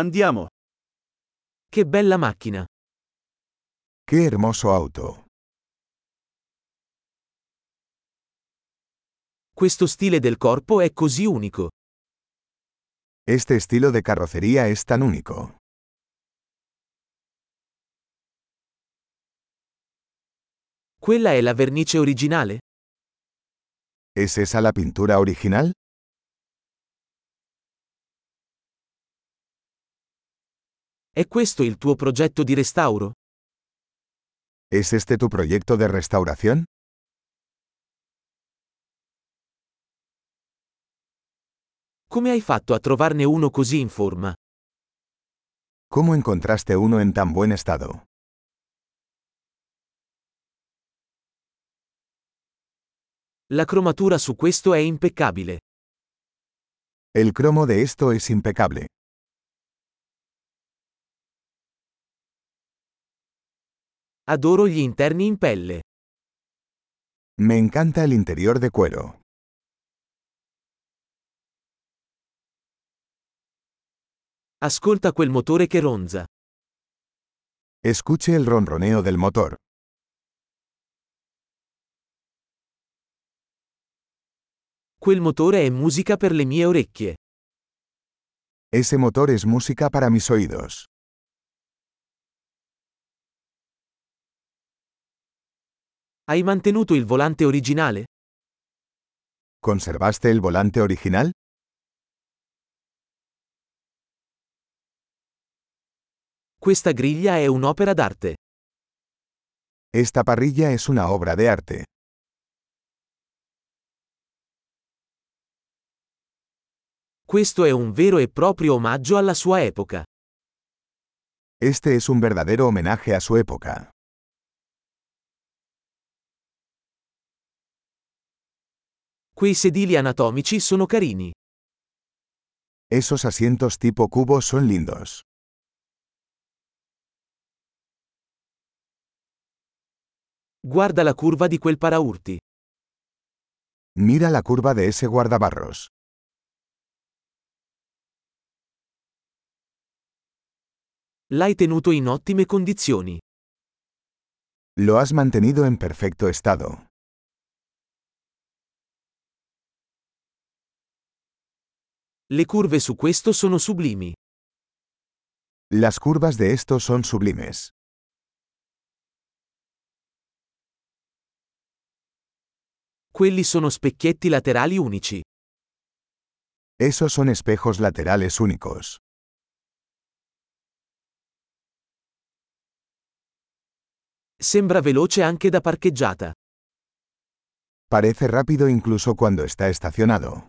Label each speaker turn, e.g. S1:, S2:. S1: Andiamo. Che bella macchina.
S2: Qué hermoso auto.
S1: Questo stile del corpo è così unico.
S2: Este estilo de carrocería es tan único.
S1: Quella è la vernice originale?
S2: ¿Es esa la pintura original?
S1: È questo il tuo progetto di restauro?
S2: ¿Es este tu proyecto de restauración?
S1: Come hai fatto a trovarne uno così in forma?
S2: ¿Cómo encontraste uno en tan buen estado?
S1: La cromatura su questo è impeccabile.
S2: El cromo de esto es impecable.
S1: Adoro gli interni in pelle.
S2: Me encanta el interior de cuero.
S1: Ascolta quel motore che ronza.
S2: Escuche el ronroneo del motor.
S1: Quel motore è musica per le mie orecchie.
S2: Ese motor es música para mis oídos.
S1: Hai mantenuto il volante originale?
S2: ¿Conservaste el volante original?
S1: Questa griglia è un'opera d'arte.
S2: Esta parrilla es una obra de arte.
S1: Questo è un vero e proprio omaggio alla sua epoca.
S2: Este es un verdadero homenaje a su época.
S1: Quei sedili anatomici sono carini.
S2: Esos asientos tipo cubo son lindos.
S1: Guarda la curva di quel paraurti.
S2: Mira la curva de ese guardabarros.
S1: L'hai tenuto in ottime condizioni.
S2: Lo has mantenido en perfecto estado.
S1: Le curve su questo sono sublimi.
S2: Las curvas de esto son sublimes.
S1: Quelli sono specchietti laterali unici.
S2: Esos son espejos laterales únicos.
S1: Sembra veloce anche da parcheggiata.
S2: Parece rápido incluso cuando está estacionado.